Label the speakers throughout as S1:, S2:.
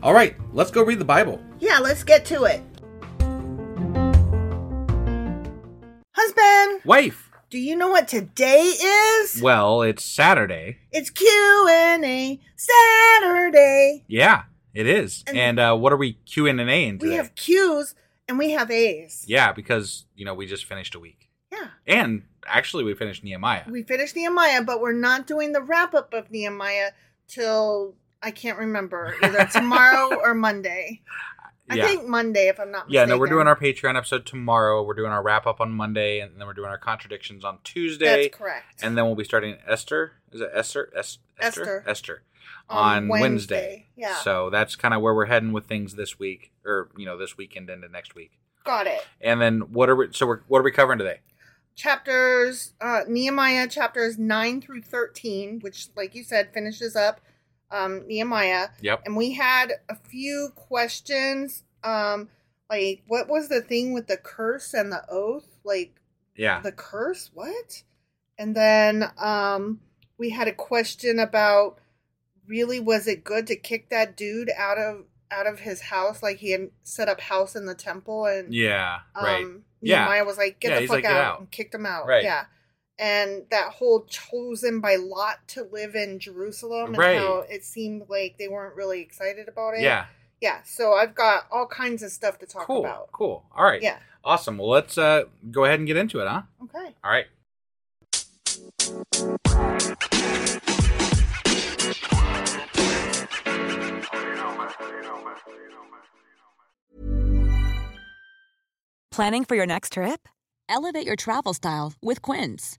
S1: All right, let's go read the Bible.
S2: Yeah, let's get to it. Husband,
S1: Wife.
S2: do you know what today is?
S1: Well, it's Saturday.
S2: It's Q&A Saturday.
S1: Yeah, it is.
S2: And-
S1: And, uh, what are we Qing and Aing today?
S2: We have Q's and we have A's.
S1: yeah, because you know we just finished a week,
S2: Yeah.
S1: and actually we finished Nehemiah.
S2: We finished Nehemiah, but we're not doing the wrap up of Nehemiah till I can't remember either tomorrow or Monday.
S1: yeah.
S2: I think Monday, if I'm not
S1: yeah,
S2: mistaken.
S1: no, we're doing our Patreon episode tomorrow. We're doing our wrap up on Monday, and then we're doing our contradictions on Tuesday.
S2: That's correct.
S1: And then we'll be starting Esther. Is it Esther? Es- Esther.
S2: Esther.
S1: Esther.
S2: On
S1: On Wednesday.
S2: Wednesday, yeah.
S1: So that's kind of where we're heading with things this week, or you know, this weekend into next week.
S2: Got it.
S1: And then what are we? So we're what are we covering today?
S2: chapters uh, Nehemiah chapters nine through thirteen, which, like you said, finishes up um, Nehemiah.
S1: Yep.
S2: And we had a few questions, um, like what was the thing with the curse and the oath? Like
S1: Yeah.
S2: the curse, what? And then um, we had a question about really was it good to kick that dude out of out of his house? Like he had set up house in the temple and
S1: Yeah. Right.
S2: um,
S1: Yeah.
S2: Nehemiah was like, "Get
S1: Yeah,
S2: the
S1: he's
S2: fuck
S1: like, "Get
S2: out.
S1: out.
S2: and kicked him out.
S1: Right.
S2: Yeah, and that whole chosen by Lot to live in Jerusalem, and
S1: Right.
S2: how it seemed like they weren't really excited about it.
S1: yeah.
S2: yeah. So I've got all kinds of stuff to talk
S1: Cool.
S2: about.
S1: Cool. All right.
S2: Yeah.
S1: Awesome. Well, let's uh, go ahead and get into it, huh?
S2: Okay.
S1: All right.
S3: Planning for your next trip? Elevate your travel style with Quince.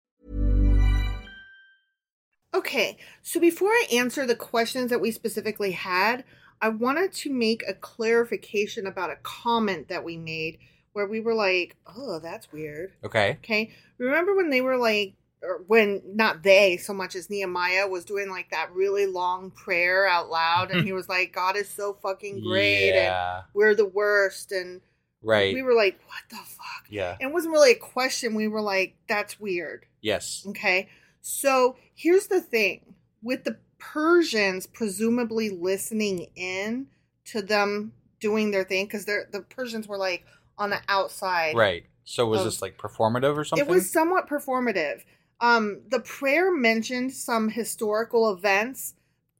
S2: Okay, so before I answer the questions that we specifically had, I wanted to make a clarification about a comment that we made where we were like, oh, that's weird.
S1: Okay.
S2: Okay, remember when they were like, or when not they so much as Nehemiah was doing like that really long prayer out loud, and he was like, God is so fucking great,
S1: Yeah.
S2: and we're the worst. And
S1: Right.
S2: we were like, what the fuck?
S1: yeah.
S2: It wasn't really a question. We were like, that's weird.
S1: Yes.
S2: Okay. So here's the thing with the Persians presumably listening in to them doing their thing, because they're the Persians were like on the outside.
S1: Right. So was
S2: Um,
S1: this like performative or something?
S2: It was somewhat performative. Um, the prayer mentioned some historical events,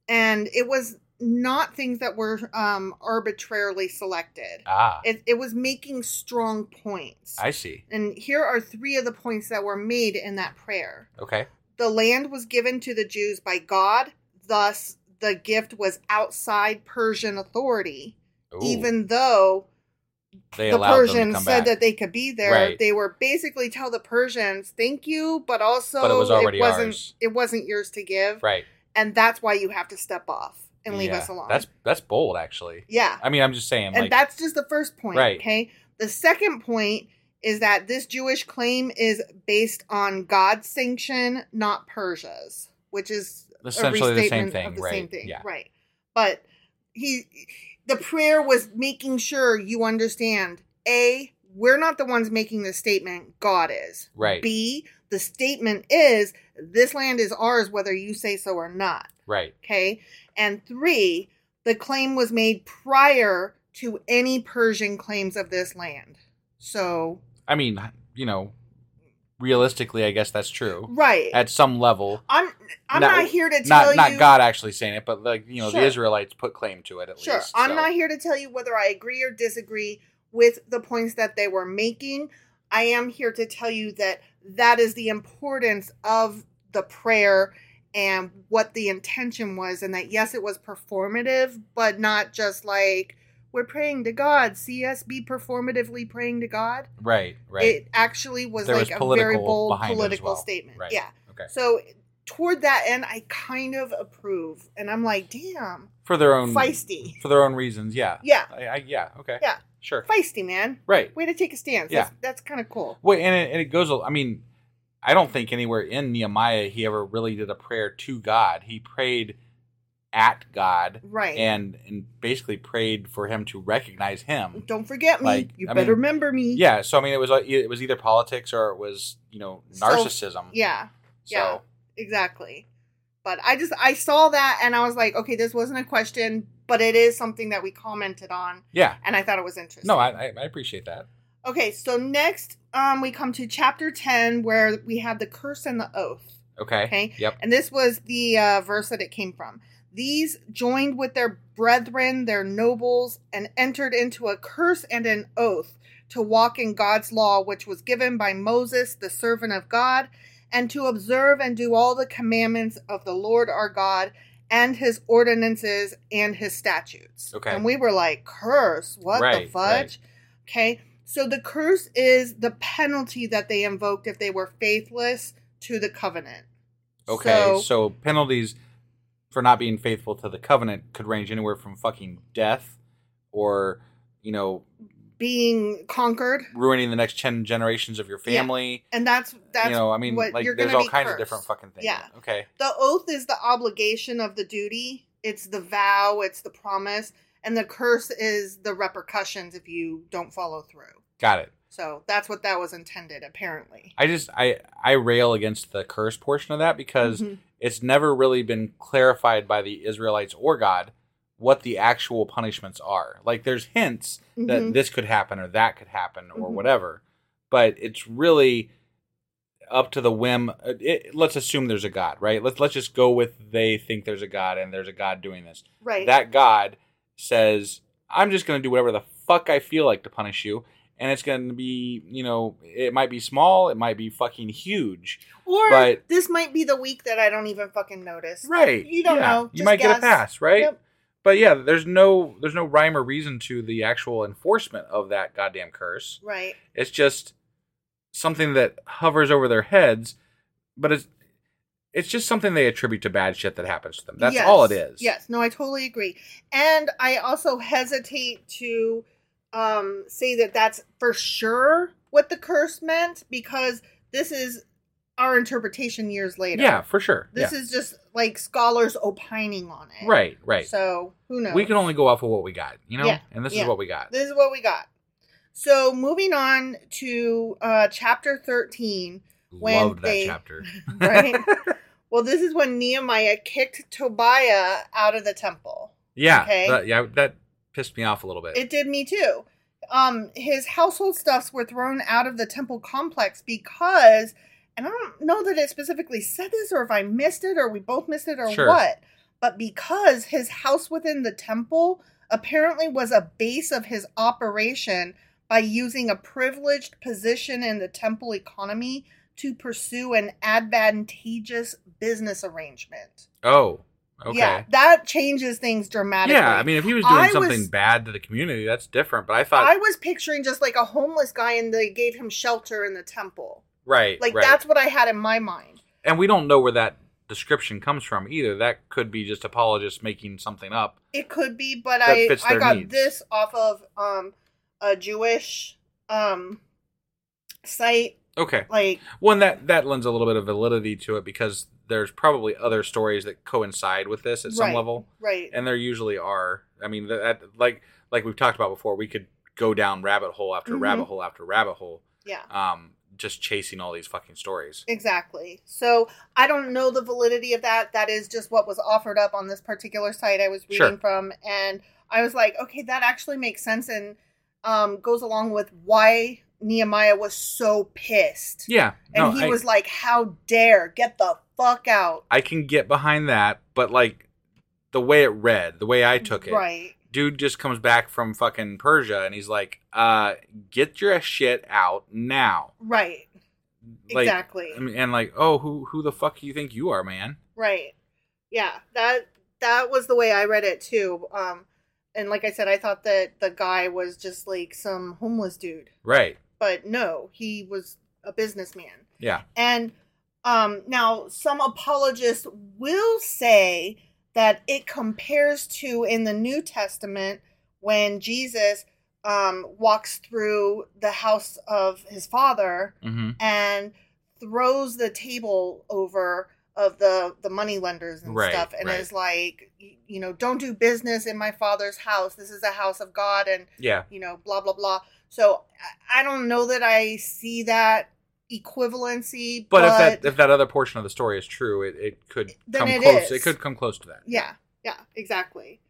S2: and it was not things that were um, arbitrarily selected.
S1: ah.
S2: It, it was making strong points.
S1: I see.
S2: and here are three of the points that were made in that prayer.
S1: Okay.
S2: The land was given to the Jews by God, thus, the gift was outside Persian authority,
S1: Ooh.
S2: even though
S1: they
S2: the
S1: allowed them to
S2: Persians
S1: come
S2: said
S1: back.
S2: that they could be there.
S1: Right.
S2: They were basically tell the Persians, "Thank you, but also
S1: But it was already
S2: not
S1: ours.
S2: It wasn't yours to give,
S1: Right.
S2: and that's why you have to step off and leave
S1: Yeah.
S2: us alone."
S1: That's that's bold actually.
S2: yeah,
S1: I mean, I'm just saying.
S2: and
S1: like,
S2: that's just the first point.
S1: Right.
S2: Okay. The second point is that this Jewish claim is based on God's sanction, not Persia's, which is a
S1: Essentially the same
S2: restatement
S1: thing,
S2: Of the
S1: right,
S2: same thing.
S1: yeah.
S2: Right. But he, the prayer was making sure you understand. A, we're not the ones making the statement. God is.
S1: Right.
S2: B, the statement is this land is ours, whether you say so or not.
S1: right.
S2: Okay. And three, the claim was made prior to any Persian claims of this land. So,
S1: I mean, you know, realistically, I guess that's true
S2: right.
S1: at some level.
S2: I'm I'm not, here to
S1: not,
S2: tell you
S1: not God actually saying it, but like you know,
S2: Sure.
S1: the Israelites put claim to it at
S2: Sure.
S1: least.
S2: I'm
S1: so.
S2: not here to tell you whether I agree or disagree with the points that they were making. I am here to tell you that that is the importance of the prayer and what the intention was and that yes it was performative but not just like we're praying to God. See us be performatively praying to God.
S1: Right. Right.
S2: It actually was
S1: There was
S2: like a very
S1: political
S2: bold
S1: behind it as
S2: political
S1: well.
S2: statement.
S1: Right.
S2: Yeah.
S1: okay.
S2: So toward that end, I kind of approve, and I'm like, damn,
S1: For their own
S2: feisty,
S1: For their own reasons. Yeah.
S2: Yeah.
S1: I, I, yeah. Okay.
S2: Yeah.
S1: Sure.
S2: feisty man.
S1: Right.
S2: Way to take a stance.
S1: Yeah.
S2: That's, that's kind of cool.
S1: Well, and it, and it goes. al- I mean, I don't think anywhere in Nehemiah he ever really did a prayer to God. He prayed at God,
S2: Right.
S1: and and basically prayed for him to recognize him.
S2: Don't forget me.
S1: Like,
S2: you
S1: I
S2: better
S1: mean,
S2: remember me.
S1: Yeah. So I mean, it was like, it was either politics or it was you know
S2: So-
S1: narcissism.
S2: Yeah.
S1: So
S2: Yeah. Exactly. But I just I saw that and I was like, okay, this wasn't a question, but it is something that we commented on,
S1: yeah.
S2: and I thought it was interesting.
S1: No, I I- I appreciate that.
S2: Okay, so next um, we come to chapter 10 where we have the curse and the oath.
S1: Okay.
S2: Okay.
S1: Yep.
S2: And this was the uh, verse that it came from. These joined with their brethren, their nobles, and entered into a curse and an oath to walk in God's law, which was given by Moses, the servant of God, and to observe and do all the commandments of the Lord our God and his ordinances and his statutes.
S1: Okay.
S2: And we were like, curse? What the
S1: Right, right.
S2: fudge? Okay. So the curse is the penalty that they invoked if they were faithless to the covenant.
S1: Okay.
S2: So,
S1: So, penalties for not being faithful to the covenant could range anywhere from fucking death or you know
S2: being conquered,
S1: ruining the next 10 generations of your
S2: Yeah.
S1: family.
S2: and that's that's
S1: you know, I mean,
S2: what
S1: like
S2: you're
S1: there's
S2: gonna
S1: all
S2: be
S1: kinds
S2: cursed.
S1: of different fucking things.
S2: Yeah.
S1: Okay.
S2: The oath is the obligation of the duty. It's the vow. It's the promise, and the curse is the repercussions if you don't follow through.
S1: Got it.
S2: So that's what that was intended, apparently.
S1: I just I I rail against the curse portion of that because
S2: Mm-hmm.
S1: it's never really been clarified by the Israelites or God what the actual punishments are. Like there's hints
S2: Mm-hmm.
S1: that this could happen or that could happen or
S2: Mhm.
S1: whatever, but it's really up to the whim. uh, It, let's assume there's a God, right? Let's let's just go with they think there's a God and there's a God doing this.
S2: Right.
S1: that God says, I'm just going to do whatever the fuck I feel like to punish you. and it's going to be, you know, it might be small, it might be fucking huge.
S2: Or
S1: But-
S2: this might be the week that I don't even fucking notice.
S1: Right.
S2: You don't
S1: yeah.
S2: know.
S1: You
S2: Just
S1: might get a
S2: guess.
S1: pass, right?
S2: Yep.
S1: But yeah, there's no there's no rhyme or reason to the actual enforcement of that goddamn curse.
S2: Right.
S1: It's just something that hovers over their heads, but it's it's just something they attribute to bad shit that happens to them. That's
S2: Yes.
S1: all it is.
S2: Yes. No, I totally agree. And I also hesitate to um, say that that's for sure what the curse meant because this is our interpretation years later.
S1: Yeah, for sure.
S2: This
S1: yeah.
S2: is just like scholars opining on it.
S1: right, right.
S2: So who knows?
S1: we can only go off of what we got, you know?
S2: Yeah,
S1: And this
S2: yeah.
S1: is what we got.
S2: This is what we got. So moving on to uh, chapter 13. When
S1: Loved that
S2: they-
S1: chapter.
S2: right? well, this is when Nehemiah kicked Tobiah out of the temple.
S1: Yeah.
S2: Okay.
S1: that- yeah, that pissed me off a little bit.
S2: It did me too. Um, his household stuffs were thrown out of the temple complex because, and I don't know that it specifically said this or if I missed it or we both missed it or
S1: Sure.
S2: what, but because his house within the temple apparently was a base of his operation by using a privileged position in the temple economy to pursue an advantageous business arrangement.
S1: oh. Okay.
S2: Yeah, that changes things dramatically.
S1: Yeah, I mean, if he was doing
S2: I
S1: something
S2: was-
S1: bad to the community, that's different. But I thought,
S2: I was picturing just like a homeless guy and they gave him shelter in the temple.
S1: right,
S2: Like
S1: right.
S2: that's what I had in my mind.
S1: and we don't know where that description comes from either. That could be just apologists making something up.
S2: It could be, but
S1: That
S2: I
S1: fits
S2: I
S1: their
S2: got
S1: needs.
S2: this off of um a Jewish um site
S1: Okay,
S2: like
S1: well, and that that lends a little bit of validity to it because there's probably other stories that coincide with this at some
S2: Right.
S1: level,
S2: right.
S1: and there usually are. I mean, that that- like like we've talked about before, we could go down rabbit hole after
S2: Mhm.
S1: rabbit hole after rabbit hole,
S2: yeah.
S1: um, just chasing all these fucking stories.
S2: Exactly. So I don't know the validity of that. That is just what was offered up on this particular site I was reading
S1: Sure.
S2: from, and I was like, okay, that actually makes sense and um, goes along with why Nehemiah was so pissed.
S1: Yeah,
S2: And
S1: no,
S2: he
S1: I-
S2: was like, How dare? Get the fuck out.
S1: I can get behind that, but like the way it read, the way I took it,
S2: Mm, Right.
S1: dude just comes back from fucking Persia and he's like, uh, get your shit out now.
S2: Right.
S1: Like,
S2: exactly.
S1: I mean, and like, oh, who who the fuck you think you are, man?
S2: right. Yeah. That that was the way I read it too. Um and like I said, I thought that the guy was just like some homeless dude.
S1: Right.
S2: But no, he was a businessman.
S1: Yeah.
S2: And um, now, some apologists will say that it compares to in the New Testament when Jesus um, walks through the house of his father
S1: Mm-hmm.
S2: and throws the table over of the the money lenders and
S1: Right,
S2: stuff and
S1: right.
S2: is like y- you know don't do business in my father's house this is a house of god and
S1: Yeah.
S2: you know, blah blah blah. So I I don't know that I see that equivalency,
S1: But,
S2: but,
S1: if that if that other portion of the story is true, it, it could
S2: Then
S1: come
S2: it
S1: close.
S2: is.
S1: It could come close to that.
S2: yeah, yeah, exactly.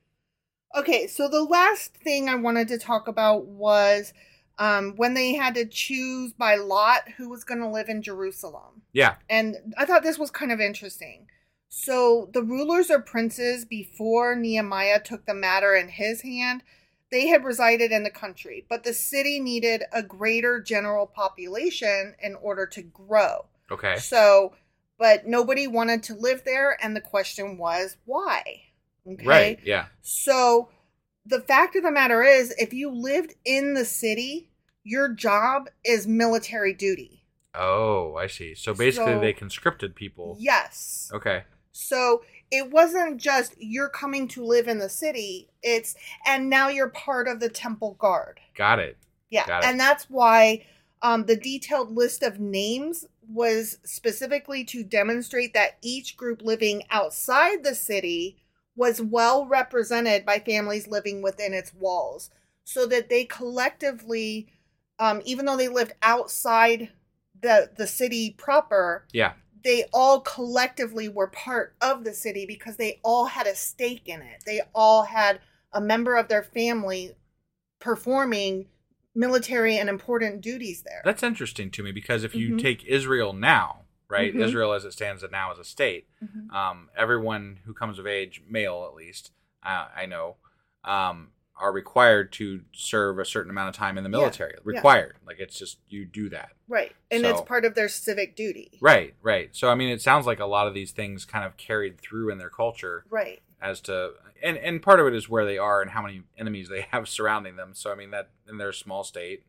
S2: Okay, so the last thing I wanted to talk about was um, when they had to choose by lot who was going to live in Jerusalem,
S1: Yeah.
S2: and I thought this was kind of interesting. So the rulers or princes before Nehemiah took the matter in his hand they had resided in the country, but the city needed a greater general population in order to grow.
S1: Okay.
S2: So, but nobody wanted to live there, and the question was why? Okay.
S1: Right. Yeah.
S2: So, the fact of the matter is, if you lived in the city, your job is military duty.
S1: Oh, I see. So basically,
S2: So-
S1: they conscripted people.
S2: Yes.
S1: Okay.
S2: So it wasn't just you're coming to live in the city, it's and now you're part of the temple guard.
S1: Got it.
S2: Yeah,
S1: Got it.
S2: and that's why um, the detailed list of names was specifically to demonstrate that each group living outside the city was well represented by families living within its walls, so that they collectively, um, even though they lived outside the the city proper,
S1: Yeah.
S2: they all collectively were part of the city because they all had a stake in it. They all had a member of their family performing military and important duties there.
S1: That's interesting to me because if you
S2: Mhm.
S1: take Israel now, right,
S2: Mhm.
S1: Israel as it stands now as a state,
S2: Mhm.
S1: um, everyone who comes of age, male at least, uh, I know, um, are required to serve a certain amount of time in the
S2: Yeah,
S1: military.
S2: yeah.
S1: Required. Like it's just you do that.
S2: Right. And it's
S1: So-
S2: part of their civic duty.
S1: Right, right. So I mean it sounds like a lot of these things kind of carried through in their culture
S2: Right.
S1: as to and and part of it is where they are and how many enemies they have surrounding them. So I mean that in their small state.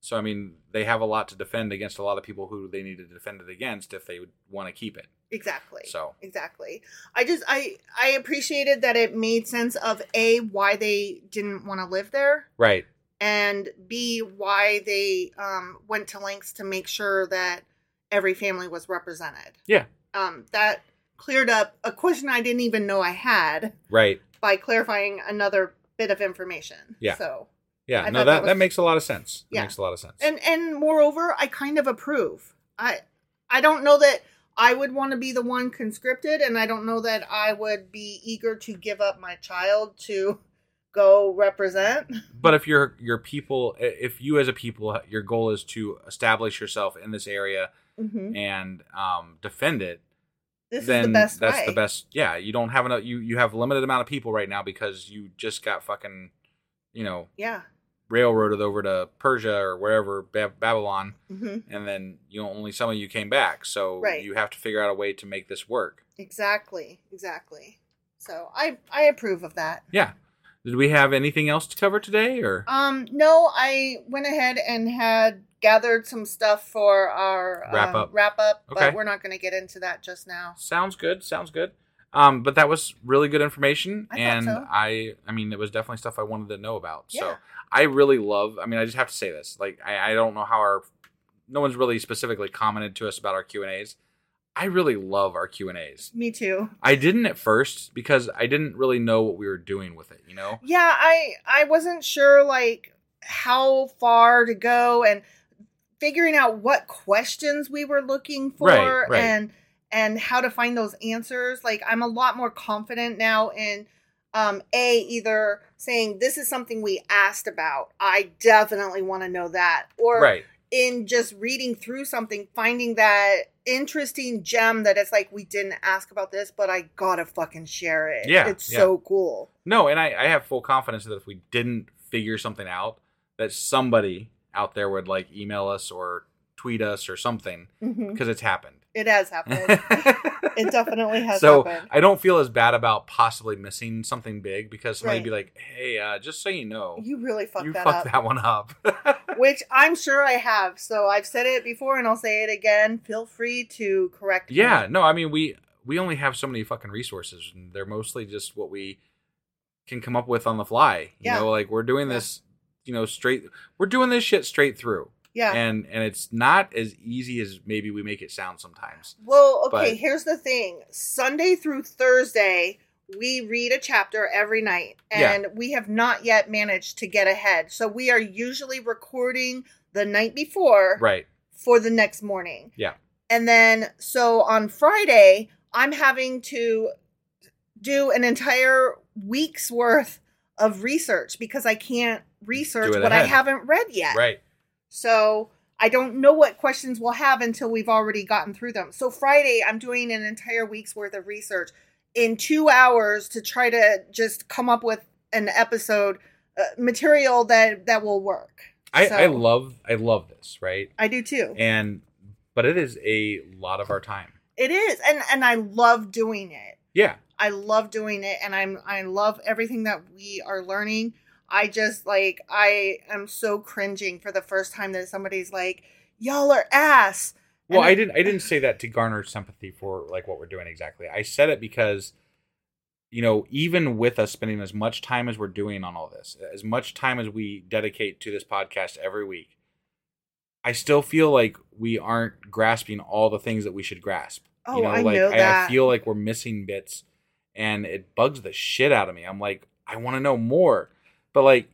S1: So I mean they have a lot to defend against a lot of people who they need to defend it against if they would want to keep it.
S2: Exactly.
S1: So.
S2: exactly. I just I I appreciated that it made sense of a why they didn't want to live there
S1: Right.
S2: and b why they um went to lengths to make sure that every family was represented.
S1: Yeah.
S2: Um that cleared up a question I didn't even know I had
S1: Right.
S2: by clarifying another bit of information.
S1: Yeah.
S2: So
S1: Yeah.
S2: I
S1: no, that,
S2: thought that
S1: that,
S2: was-
S1: makes a lot of sense. That
S2: Yeah.
S1: makes a lot of sense.
S2: and and moreover i kind of approve i i don't know that i would want to be the one conscripted and i don't know that i would be eager to give up my child to go represent
S1: but if your your people i- if you as a people your goal is to establish yourself in this area and um, defend it
S2: this
S1: then
S2: is the best
S1: that's
S2: way.
S1: the best yeah you don't have enough you you have limited amount of people right now because you just got fucking you know
S2: yeah
S1: railroaded over to persia or wherever Bab babylon
S2: hmm
S1: and then you know, only some of you came back so
S2: Right.
S1: you have to figure out a way to make this work
S2: exactly exactly so i i approve of that
S1: yeah did we have anything else to cover today or
S2: um no i went ahead and had gathered some stuff for our
S1: Wrap
S2: um,
S1: up.
S2: wrap up but
S1: Okay.
S2: we're not going to get into that just now
S1: Sounds good. Sounds good. Um, but that was really good information,
S2: I thought
S1: and
S2: so.
S1: I, I mean, it was definitely stuff I wanted to know about. So
S2: Yeah.
S1: I really love. I mean, I just have to say this. Like, I, I don't know how our, no one's really specifically commented to us about our Q and As. I really love our Q and As.
S2: me too
S1: I didn't at first because I didn't really know what we were doing with it. You know,
S2: yeah i i wasn't sure like how far to go and figuring out what questions we were looking for
S1: Right, right.
S2: and and how to find those answers like i'm a lot more confident now in um a either saying this is something we asked about i definitely want to know that or
S1: right?
S2: in just reading through something finding that interesting gem that it's like we didn't ask about this but i gotta fucking share it
S1: Yeah,
S2: it's
S1: yeah.
S2: so cool
S1: No, and I, I have full confidence that if we didn't figure something out, that somebody out there would like email us or tweet us or something
S2: Mhm.
S1: because it's happened.
S2: It has happened. it definitely has
S1: so
S2: happened.
S1: I don't feel as bad about possibly missing something big because somebody'd
S2: Right.
S1: be like, "Hey, uh, just so you know,
S2: you really fucked
S1: you
S2: that
S1: fucked
S2: up.
S1: that one up."
S2: Which I'm sure I have. So I've said it before and I'll say it again. Feel free to correct me.
S1: yeah, no, I mean we we only have so many fucking resources, and they're mostly just what we can come up with on the fly. You
S2: Yeah.
S1: know, like we're doing
S2: Yeah.
S1: this, you know, straight. We're doing this shit straight through,
S2: Yeah.
S1: and and it's not as easy as maybe we make it sound sometimes.
S2: well, okay,
S1: but-
S2: here's the thing. Sunday through Thursday, we read a chapter every night
S1: Yeah.
S2: and we have not yet managed to get ahead. So we are usually recording the night before
S1: Right?
S2: for the next morning.
S1: Yeah.
S2: And then so on Friday, I'm having to do an entire week's worth of research because I can't research
S1: Do it
S2: what I
S1: ahead.
S2: haven't read yet.
S1: Right.
S2: So I don't know what questions we'll have until we've already gotten through them. So Friday, I'm doing an entire week's worth of research in two hours to try to just come up with an episode uh, material that that will work.
S1: I,
S2: So-
S1: I love I love this. Right.
S2: I do too.
S1: and but it is a lot of our time
S2: It is, and and I love doing it.
S1: yeah
S2: I love doing it, and I'm I love everything that we are learning. I just like I am so cringing for the first time that somebody's like, "Y'all are ass."
S1: well
S2: And
S1: i didn't i didn't say that to garner sympathy for like what we're doing exactly i said it because you know even with us spending as much time as we're doing on all this as much time as we dedicate to this podcast every week i still feel like we aren't grasping all the things that we should grasp
S2: Oh, I
S1: like
S2: know
S1: I
S2: that.
S1: feel like we're missing bits and it bugs the shit out of me i'm like i want to know more but like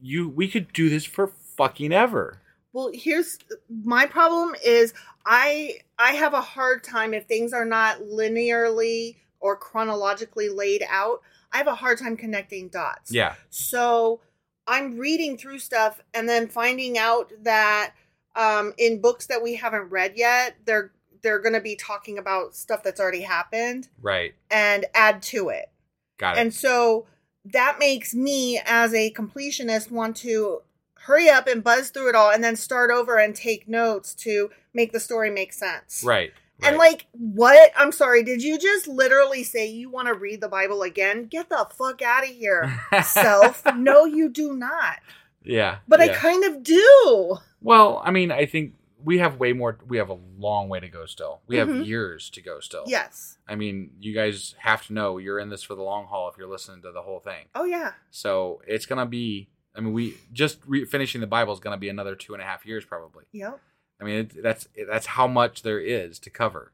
S1: you we could do this for fucking ever
S2: Well, here's my problem is I I have a hard time if things are not linearly or chronologically laid out. I have a hard time connecting dots.
S1: Yeah.
S2: So I'm reading through stuff and then finding out that um, in books that we haven't read yet, they're they're going to be talking about stuff that's already happened
S1: Right.
S2: and add to it.
S1: Got it.
S2: And so that makes me as a completionist want to hurry up and buzz through it all and then start over and take notes to make the story make sense.
S1: Right.
S2: And like what? I'm sorry. Did you just literally say you want to read the Bible again? Get the fuck out of here, self. No, you do not.
S1: yeah.
S2: But I
S1: yeah.
S2: kind of do.
S1: Well, I mean, I think we have way more. We have a long way to go still. We have
S2: Mhm.
S1: years to go still.
S2: Yes.
S1: I mean, you guys have to know you're in this for the long haul if you're listening to the whole thing.
S2: Oh yeah.
S1: So it's gonna be. I mean, we just re- finishing the Bible is gonna be another two and a half years probably.
S2: Yep.
S1: I mean, it, that's that's how much there is to cover,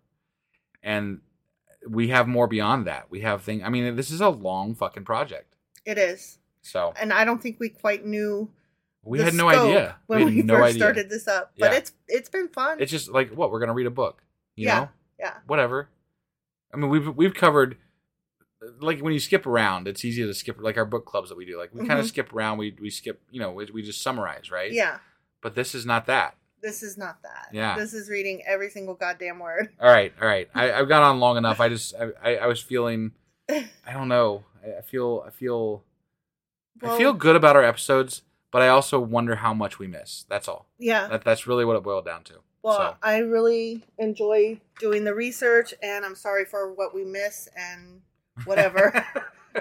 S1: and we have more beyond that. We have thing. I mean, this is a long fucking project.
S2: It is.
S1: So
S2: And I don't think we quite knew
S1: we
S2: the
S1: had no
S2: scope
S1: idea.
S2: when we,
S1: had no
S2: first
S1: idea.
S2: started this up. But
S1: Yeah.
S2: it's it's been fun.
S1: It's just like what we're gonna read a book. You
S2: yeah.
S1: know.
S2: Yeah.
S1: whatever. I mean, we've we've covered uh, like when you skip around, it's easy to skip like our book clubs that we do. Like we kind of
S2: Mhm.
S1: skip around, we we skip, you know, we, we just summarize, right?
S2: Yeah.
S1: But this is not that.
S2: This is not that.
S1: Yeah.
S2: This is reading every single goddamn word.
S1: All right, all right. I, I've gone on long enough. I just I, I, I was feeling, I don't know. I, I feel I feel I feel good about our episodes, but I also wonder how much we miss. That's all.
S2: Yeah.
S1: That that's really what it boiled down to.
S2: Well,
S1: uh, so
S2: I really enjoy doing the research, and I'm sorry for what we miss and whatever.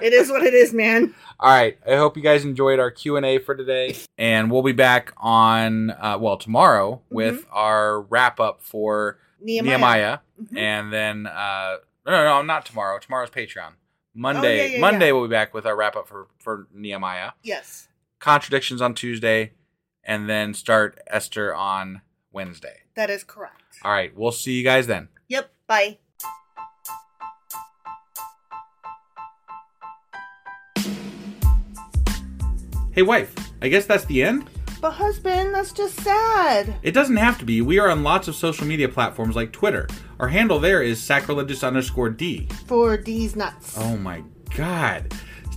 S2: it is what it is, man.
S1: All right. I hope you guys enjoyed our Q and A for today, and we'll be back on uh, well tomorrow with our wrap up for
S2: Mm-hmm. Nehemiah.
S1: Nehemiah,
S2: Mhm.
S1: and then uh, no, no, no, not tomorrow. Tomorrow's Patreon. Monday,
S2: Oh, yeah, yeah,
S1: Monday
S2: yeah.
S1: we'll be back with our wrap up for for Nehemiah.
S2: Yes.
S1: Contradictions on Tuesday, and then start Esther on Wednesday.
S2: That is correct.
S1: All right. We'll see you guys then.
S2: Yep. Bye.
S1: Hey, wife. I guess that's the end.
S2: But husband, that's just sad.
S1: It doesn't have to be. We are on lots of social media platforms like Twitter. Our handle there is sacrilegious underscore D.
S2: For these nuts.
S1: Oh my god.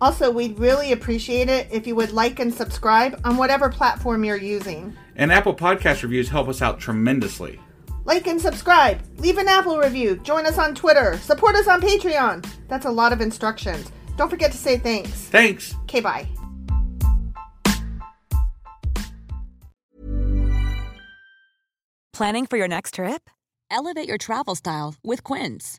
S2: Also, we'd really appreciate it if you would like and subscribe on whatever platform you're using.
S1: And Apple Podcast reviews help us out tremendously.
S2: Like and subscribe, leave an Apple review, join us on Twitter, support us on Patreon. That's a lot of instructions. Don't forget to say thanks.
S1: Thanks!
S2: Okay, bye.
S3: Planning for your next trip?
S4: Elevate your travel style with Quince.